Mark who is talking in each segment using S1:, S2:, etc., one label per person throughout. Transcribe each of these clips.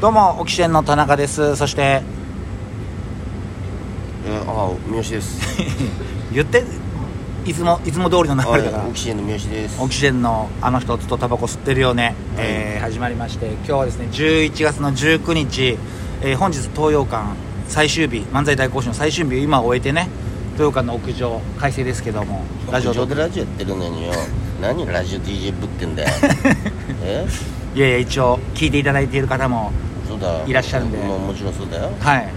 S1: どうもオキシエンの田中ですそして
S2: うん、あ三好です
S1: 言っていつもいつも通りの流
S2: はい
S1: れだから
S2: オキシエンの三好です
S1: オキシエンのあの人ずっとタバコ吸ってるよね、
S2: はい
S1: えー始まりまして今日はですね11月の19日、えー本日東洋館最終日漫才大行進の最終日を今終えてね東洋館の屋上快晴ですけどもラ
S2: ラ
S1: ジ
S2: ジ
S1: オ
S2: オ
S1: と
S2: でラジオやってるのによ何ラジオ DJ ぶってん だよえ
S1: いやいや一応聞いていただいている方も
S2: そうだ
S1: いらっしゃるんで
S2: ももちろんそうだよ
S1: はい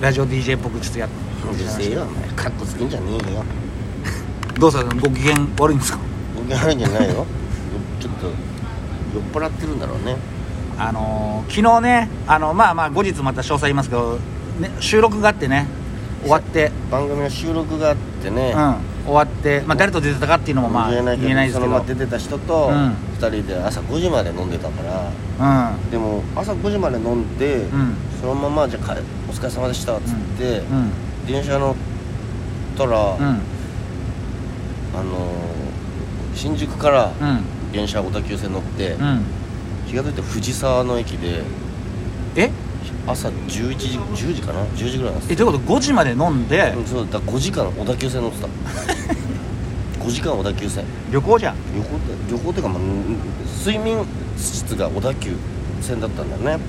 S1: ラジオ DJ っぽくちょっとやっ
S2: うるせえよお前カッコつけんじゃねえよ
S1: どうするご機嫌悪いんですか
S2: 僕あるんじゃないよちょっと酔っ払ってるんだろうね
S1: あのー昨日ねあのまあまあ後日また詳細言いますけど、ね、収録があってね終わって、
S2: 番組の収録があってね、
S1: うん、終わって、まあ、誰と出てたかっていうのもまあ
S2: 言えない
S1: 言
S2: けど
S1: えないです
S2: そ
S1: け
S2: の
S1: ど
S2: まま出てた人と
S1: うん
S2: 2人で朝5時まで飲んでたから
S1: うん
S2: でも朝5時まで飲んで、
S1: ん
S2: そのままじゃあ帰お疲れ様でしたっつって、
S1: うん
S2: 電車乗ったら、
S1: う
S2: あ
S1: ん
S2: のー新宿から
S1: うん
S2: 電車小田急線乗って、
S1: うん
S2: 気が付いて藤沢の駅で
S1: え
S2: 朝11時10時かな10時ぐらいなんです
S1: えということ5時まで飲んで、
S2: うんそうだ5時間小田急線 乗ってた5時間小田急線
S1: 旅行じゃん
S2: 旅行って旅行っていうか、まあ、うん睡眠室が小田急線だったんだよね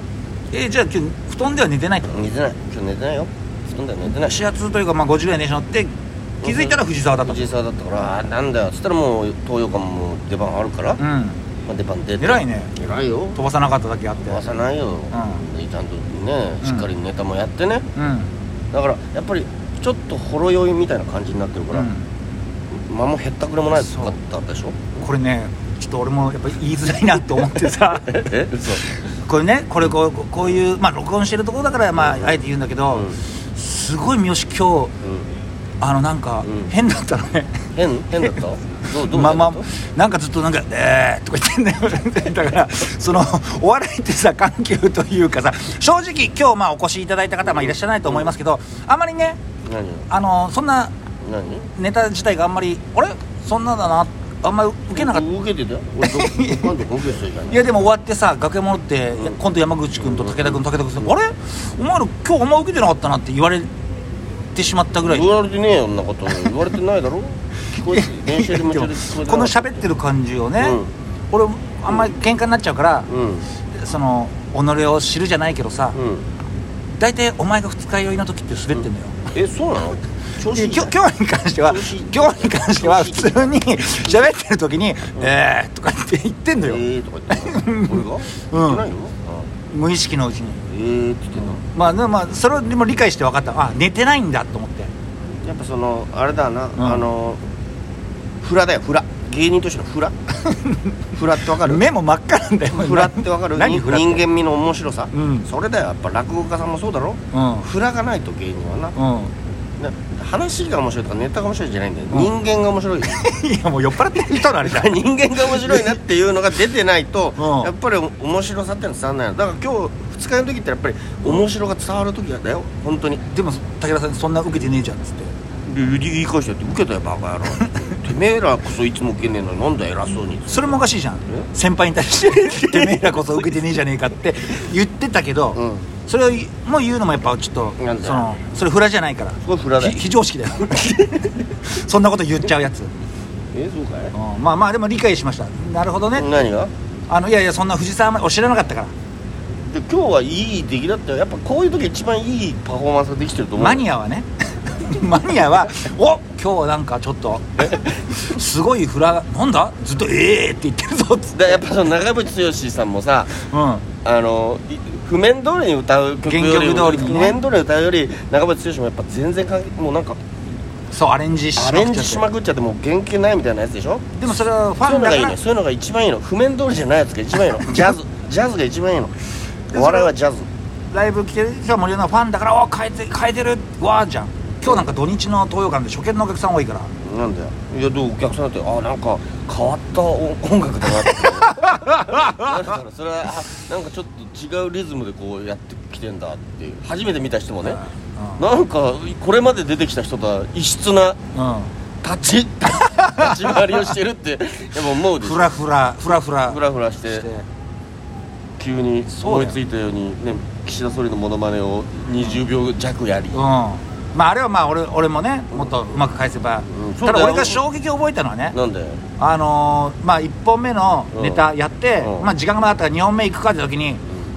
S1: えじゃあ今日布団では寝てないと
S2: 寝てない今日寝てないよ布団では寝てない
S1: 始発というか、まあ、5時ぐらいに電車乗って気づいたら藤沢だったと
S2: 藤沢だったからあーなんだよっつったらもう東洋館も出番あるから、
S1: う
S2: ま
S1: ん
S2: あ、出番出て
S1: 偉いね
S2: 偉いよ
S1: 飛ばさなかっただけあって
S2: 飛ばさないよ、
S1: う
S2: でちゃんとね
S1: うん
S2: しっかりネタもやってね、
S1: うん
S2: だからやっぱりちょっとほろ酔いみたいな感じになってるから、
S1: うん
S2: 間もへったくれもない
S1: そう
S2: かったでしょ
S1: これねちょっと俺もやっぱり言いづらいなと思ってさ
S2: え嘘
S1: これねこれこうこういうまあ録音してるところだからまああえて言うんだけど、
S2: うん
S1: すごい三好今日あのなんか
S2: うん
S1: 変だったのね、
S2: 変 変だったどうどう
S1: まあまあ
S2: 変だった
S1: なんかずっとなんか「えー」とか言ってんだよ だからそのお笑いってさ緩急というかさ正直今日まあお越しいただいた方はまあいらっしゃらないと思いますけどあまりね
S2: 何よ
S1: あのそんな
S2: 何
S1: ネタ自体があんまり「あれそんなだな」あんまり受けなかった
S2: 受けてた よ俺どどっかんとこ受けてたじゃない
S1: いやでも終わってさ楽屋戻って、
S2: うん
S1: 今度山口君と武田君武田君さ、あれお前ら今日あんま受けてなかったな」って言われてしまったぐらい
S2: 言われてねえよそんなこと言われてないだろ聞こえ て電車でも
S1: で
S2: ち
S1: も
S2: ろん聞こえて
S1: この喋ってる感じをね、
S2: うん
S1: 俺あんまり喧嘩になっちゃうから、
S2: うん
S1: その己を知るじゃないけどさ、
S2: うん
S1: 大体お前が二日酔いの時って滑ってんのよ、
S2: えそうなの調
S1: で
S2: 子いいじ
S1: 今
S2: ゃん
S1: 日今日に関しては
S2: 調子いい
S1: 今日に関しては普通に喋ってる時に「えー」とかって言ってんのよ、
S2: ええー、とか 言ってんの俺が言ってないよ、
S1: 無意識のうちに
S2: うん、ええー、って言ってんの
S1: まあでもまあそれでも理解して分かったあ寝てないんだと思って
S2: やっぱそのあれだな、
S1: ん
S2: あのフラだよフラ芸人としての フラフラってわかる
S1: 目も真っ赤なんだ よ
S2: フラってわかる
S1: 何
S2: に
S1: フラって
S2: 人間味の面白さ、
S1: うん
S2: それだよやっぱ落語家さんもそうだろフラがないと芸人はな
S1: うんうん
S2: な話が面白いとかネタが面白いじゃないんだよ、
S1: うん
S2: 人間が面白 い
S1: いやもう酔っ払ってる人のあ れじゃん
S2: 人間が面白いなっていうのが出てないと、
S1: うん
S2: やっぱり面白さってのは伝わんないのだから今日二日酔いの時ってやっぱり面白が伝わる時なんだよ本当に
S1: でも武田さんそんな受けてねえじゃんっつって
S2: で言い返してやって受けたよバ カ野郎てめえらこそいつも受けねえのになんだよ偉そうに
S1: それもおかしいじゃん
S2: え
S1: 先輩に対して「てめえらこそ受けてねえじゃねえか」 って言ってたけど、
S2: うん
S1: それをもう言うのもやっぱちょっと
S2: なんだよ
S1: そのそれフラじゃないから
S2: ごいフラだよ
S1: ひ非常識だよ そんなこと言っちゃうやつ、
S2: えそうかい
S1: うんまあまあでも理解しましたなるほどね、
S2: 何が
S1: あのいやいやそんな藤沢までお知らなかったから
S2: で今日はいい出来だったよやっぱこういう時一番いいパフォーマンスができてると思う
S1: マニアはね マニアは「お今日はなんかちょっとすごいフラなんだずっと「ええー」って言ってるぞっつって
S2: だやっぱその長渕剛さんもさ
S1: うん
S2: あのい譜面通りに歌う曲より
S1: 原曲通りにね
S2: 譜面通りに歌うより長渕剛もやっぱ全然関係もうなんか
S1: そうアレンジしま
S2: ア
S1: くっちゃ
S2: レ
S1: って
S2: ンジしまくっちゃってもう原型ないみたいなやつでしょ
S1: でもそれはフ
S2: そうい
S1: ァン
S2: うの
S1: だ
S2: がい
S1: か
S2: い
S1: ら
S2: のそういうのが一番いいの譜面通りじゃないやつが一番いいのジャズジャズが一番いいのお笑いはジャズ
S1: ライブ来てる人は森生のファンだから「お変えて変えてるわ」じゃん今日なんか土日の東洋館で初見のお客さん多いから
S2: なんだよいやでもお客さんだってあなんか変わった音音楽だなって なんだろうそれはあなんかちょっと違うリズムでこうやってきてんだっていう初めて見た人もねなんかこれまで出てきた人とは異質な
S1: うん、
S2: 立ち立ち回りをしてるってやっぱ思うでしょ
S1: フラフラフラフラ
S2: フラフラして
S1: して
S2: 気急に
S1: そう
S2: 思
S1: だ
S2: い
S1: よ
S2: ついたように、ね、岸田総理のモノマネを20秒弱やり、
S1: うんまああれはまあ俺俺もねもっとうまく返せば、
S2: うんそう
S1: た
S2: だよ
S1: だ俺が衝撃を覚えたのはね
S2: なんで
S1: あのーまあ1本目のネタやって、
S2: うん
S1: まあ、時間がまだあったから2本目行くかって時に、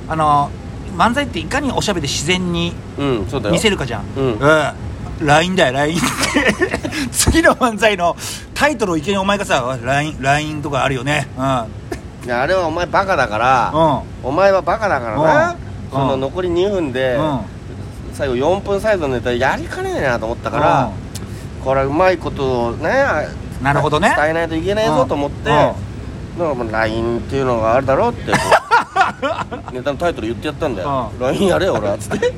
S1: あのー漫才っていかにおしゃべり自然に
S2: うんそうだよ
S1: 見せるかじゃん
S2: うん
S1: うん LINE だよ LINE って 次の漫才のタイトルをいきなりお前がさおい LINE, LINE とかあるよねうん
S2: いやあれはお前バカだから、
S1: うん
S2: お前はバカだからな、
S1: うん
S2: その
S1: うん
S2: 残り2分で、
S1: う
S2: 最後4分サイズのネタやりかねないなと思ったから、これはうまいことをね
S1: んなるほどね
S2: 伝えないといけないぞと思って、
S1: うんうん
S2: だからもう LINE っていうのがあるだろうってこ うネタのタイトル言ってやったんだよ「
S1: う
S2: LINE やれよ俺は」つって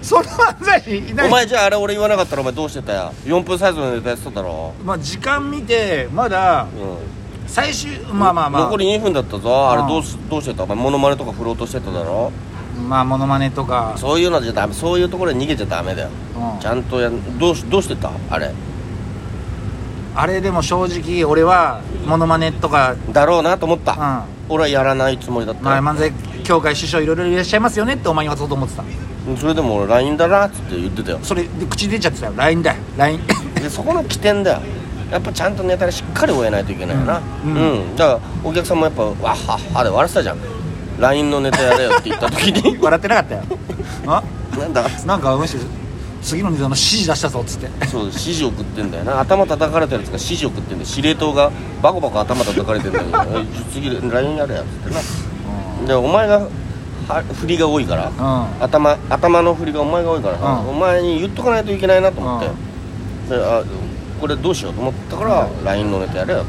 S1: その漫才い
S2: 「
S1: ない
S2: お前じゃああれ俺言わなかったらお前どうしてたや4分サイズのネタやってただろ
S1: まあ、時間見てまだ
S2: うん
S1: 最終まあまあまあ
S2: 残り2分だったぞあれ
S1: うん
S2: どうしどうしてたお前モノマネとか振ろうとしてただろ
S1: まあモノマネとか、
S2: そういうのじゃダメそういうところで逃げちゃダメだよ
S1: うん
S2: ちゃんとやんどうしどうしてたあれ
S1: あれでも正直俺はモノマネとか、
S2: だろうなと思っ
S1: うん
S2: た
S1: まあ、
S2: 俺はやらないつもりだったよ
S1: 漫才協会師匠いろいろいらっしゃいますよねってお前に渡そうと思ってた
S2: それでも俺 LINE だなっつって言ってたよ
S1: それで口出ちゃってたよ LINE だよ LINE
S2: でそこの起点だよやっぱちゃんとネタでしっかり終えないといけないよなう、
S1: うんん
S2: だからお客さんもやっぱ「わっはっは」で笑ってたじゃん LINE のネタやれよって言った時 に
S1: 笑ってなかったよあ
S2: なんだ
S1: なんかむしろ次のネタの指示出したぞっつって
S2: そう指示を送ってんだよな頭叩かれたやつが指示を送ってんだよ司令塔がバコバコ頭叩かれてんだよえ次 LINE やれよっつってなでお前がは振りが多いから
S1: うん
S2: 頭頭の振りがお前が多いからさ、
S1: うん
S2: お前に言っとかないといけないなと思って、
S1: う
S2: であこれどうしようと思ったから LINE のネタやれよ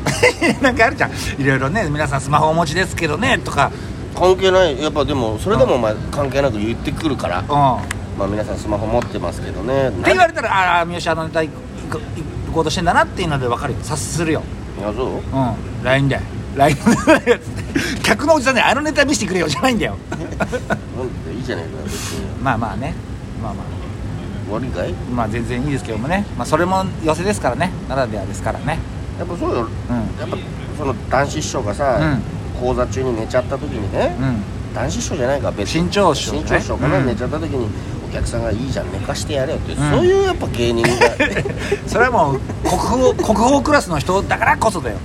S1: なんかあるじゃんいろいろね皆さんスマホお持ちですけどねとか
S2: 関係ないやっぱでもそれでもお前関係なく言ってくるから、
S1: うん
S2: まあ皆さんスマホ持ってますけどね
S1: って言
S2: な
S1: われたらああー三好あのネタ行こ行こうとしてんだなっていうので分かるよ察するよ
S2: いやそう
S1: うん LINE だよ LINE のやつ客のおじさんねあのネタ見せてくれよじゃないんだよ
S2: なんでいいじゃねえかよ別に
S1: まあまあねまあまあ
S2: 悪いかい
S1: まあ全然いいですけどもね、まあ、それも寄せですからねならではですからね
S2: やっぱそうよ
S1: うん
S2: やっぱその男子師匠がさ、講座中に寝ちゃった時にね、
S1: うん
S2: 男子師匠じゃないか別に
S1: 身長師匠ね
S2: 身長師匠かな、
S1: うん
S2: 寝ちゃった時にお客さんが「いいじゃん寝かしてやれよ」って、
S1: ん
S2: そういうやっぱ芸人がね
S1: それはもう 国宝国宝クラスの人だからこそだよ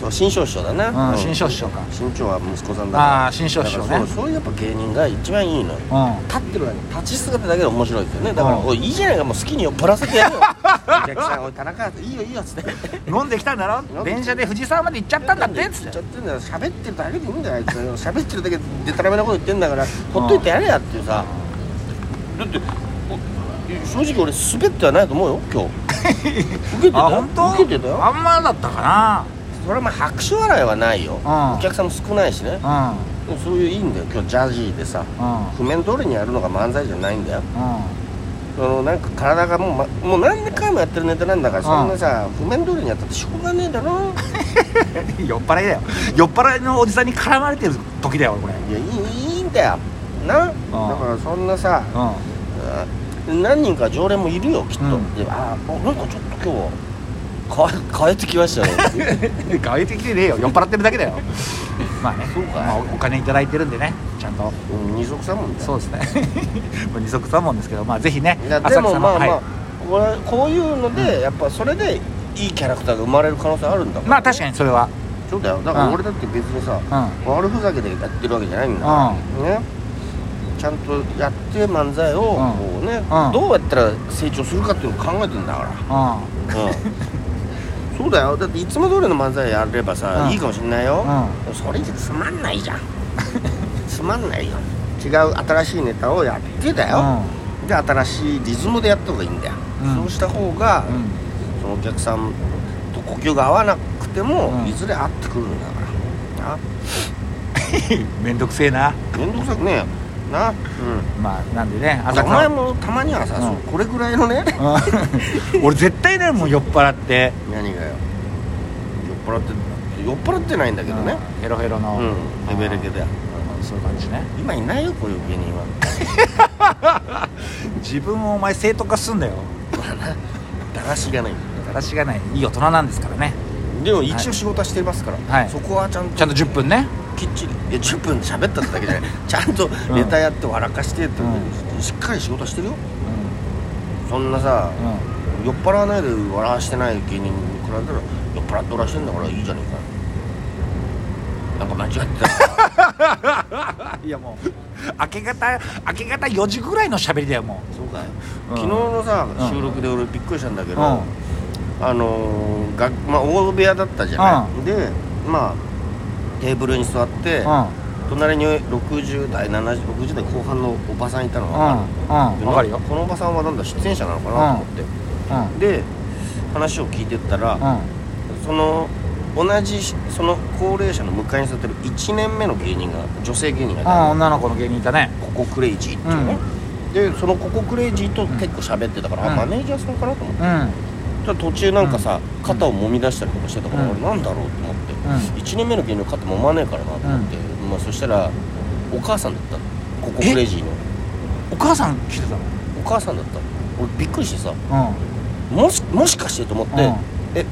S2: そう新庄師匠だな、
S1: うん新庄師匠か
S2: 新庄は息子さんだから
S1: あー新庄師匠ね
S2: だからそうそういうやっぱ芸人が一番いいのよ
S1: う
S2: 立ってるだけ立ち姿だけで面白いですよねだから
S1: うん
S2: おいいいじゃないかもう好きに酔っ払わせて やるよお客さん「おい田中いいよいいよ」っつって
S1: ん飲んできたんだ
S2: 飲
S1: ろ
S2: んできた
S1: 電車で藤沢まで行っちゃったんだってっつっ
S2: ち
S1: て
S2: ゃってんだよ喋ってるだけでいいんだよあいつ喋ってるだけででたらめなこと言ってんだからほっといてやれやっていうさだってお正直俺滑ってはないと思うよ今日 受けてた
S1: あ
S2: よ
S1: 本当
S2: 受けてたよ
S1: あんまだったか
S2: それはまあ拍手笑いはないよ
S1: ん
S2: お客さんも少ないしね
S1: な
S2: でもそういういいんだよ今日ジャージーでさ
S1: うんうん
S2: 譜面通りにやるのが漫才じゃないんだよ
S1: うん
S2: そのなんか体がもう,、ま、もう何回もやってるネタなんだからそんなさ譜面通りにやったってしょうがねえだろ
S1: 酔っ払いだよ酔っ払いのおじさんに絡まれてる時だよこれ
S2: いやいいいいんだよなだからそんなさ
S1: う
S2: 何人か常連もいるよきっと、
S1: うん
S2: でああなんかちょっと今日は変え変えてきました ね
S1: ん外的てねえよ酔っ払ってるだけだよまあね
S2: そうか
S1: まあおお金いただいてるんでねちゃんと
S2: うん二足三もんだよ
S1: そうですね まあ二足三問ですけどまあぜひね
S2: いやでもまあまあ、
S1: は
S2: これこういうので、やっぱそれでいいキャラクターが生まれる可能性あるんだ
S1: い、まあ確かにそれは
S2: にそうだよだから
S1: うん
S2: 俺だって別にさ、
S1: う
S2: 悪ふざけでやってるわけじゃないんだ
S1: んうん
S2: ねちゃんとやって漫才を
S1: うん
S2: こうね、
S1: うん
S2: どうやったら成長するかっていうのを考えてんだから
S1: うん
S2: うんそうだよだっていつも通りの漫才やればさ、
S1: うん
S2: いいかもしんないよ、
S1: う
S2: それじゃつまんないじ ゃんつまんないよ違う新しいネタをやってだよ、で新しいリズムでやった方がいいんだよ、
S1: うん
S2: そうした方が、
S1: うん
S2: そのお客さんと呼吸が合わなくても、
S1: うん
S2: いずれ合ってくるんだから
S1: うんめんどくせえな
S2: な面倒くさくねえなうん
S1: まあなんでね
S2: お
S1: 浅
S2: 前
S1: 草
S2: もたまにはさ、
S1: うん
S2: そうこれぐらいのね
S1: うん 俺絶対ねもう酔っ払って
S2: 何がよ酔っ払って酔っ払ってないんだけどね、
S1: うんヘロヘロの
S2: うん、レベル系だよ
S1: うんそういう感じね
S2: 今いないよこういう芸人は
S1: 自分をお前正当化すんだよ
S2: だらしがない
S1: 私がないいい大人なんですからね
S2: でも一応仕事はしてますから、
S1: はい
S2: そこはちゃんと
S1: ちゃんと10分ね
S2: 10きっちりいや10分喋っただけじゃない ちゃんとネタやって笑かしてって、しっかり仕事してるよそんなさ、
S1: うんうん
S2: 酔っ払わないで笑わしてない芸人に比べたら酔っ払って笑わしてんだからいいじゃねえかなんか間違ってた
S1: いやもう明け方明け方4時ぐらいの喋りだよも
S2: そうかよ、
S1: うん
S2: 昨日のさ
S1: うん
S2: 収録で俺びっくりしたんだけ
S1: う
S2: ど、あのーがまあ、大部屋だったじゃない、でまあテーブルに座って、
S1: うんうん
S2: 隣に60代70 60代後半のおばさんいたの
S1: うん
S2: 分
S1: うんわかるよ
S2: このおばさんはなんだ出演者なのかなと思って、
S1: うん
S2: で話を聞いてったら、その同じその高齢者の向かいに座ってる1年目の芸人が女性芸人がい
S1: うん
S2: た
S1: うん女の子の芸人いたね
S2: のココクレイジーっていうね、でそのココクレイジーと結構喋ってたから、
S1: うん
S2: あマネージャーさんかなと思って
S1: うんうん
S2: ただ途中なんかさ、肩を揉み出したりとかしてたから、
S1: うん
S2: 俺なんだろうと思って、1年目の芸人の肩揉まねえからなと思って、まあ、そしたらお母さんだったのココクレイジーの
S1: お母さん来てたの
S2: お母さんだったの俺びっくりしてさ
S1: うん
S2: もしもしかしてと思って
S1: うん
S2: 「え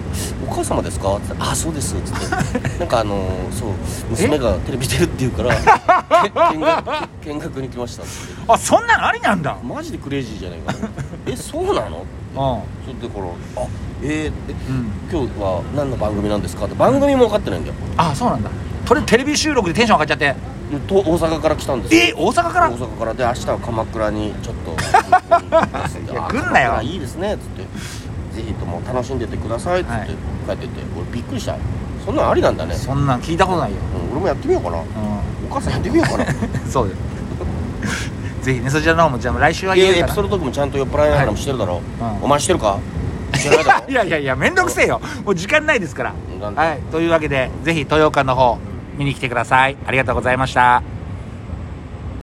S2: お母様ですか?」って言ったら「あそうです」っつっ てなんかあのーそう娘がテレビ出るって言うからけ見学け見学に来ましたって
S1: あそんなのありなんだ
S2: マジでクレイジーじゃないかなえそうなの
S1: うん
S2: それでから「あえー、え
S1: うん
S2: 今日は何の番組なんですか?」って番組も分かってないんだよ
S1: あそうなんだとりあえずテレビ収録でテンション上がっちゃって
S2: と大阪から来たんですよ
S1: え大阪から
S2: 大阪からで明日は鎌倉にちょっと い
S1: いや来んなよ
S2: いいですねっつってぜひとも楽しんでてくださいっつって、
S1: はい
S2: 帰ってて俺びっくりしたそんなんありなんだね、
S1: そんなん聞いたことないよ
S2: うん、俺もやってみようかなお
S1: う
S2: 母さんやってみよ うかな
S1: んそうだよ ぜひねそちらの方もじゃあ来週は言
S2: い
S1: え
S2: や
S1: る
S2: エ
S1: か
S2: ピ
S1: ら
S2: ソードトークもちゃんと酔っ払いながらもしてるだろ、
S1: はいうん
S2: お前してるかしてないだ ろ
S1: いやいやいや面倒くせえよもう時間ないですから
S2: なんで
S1: はいというわけでぜひ豊岡の方見に来てくださいありがとうございました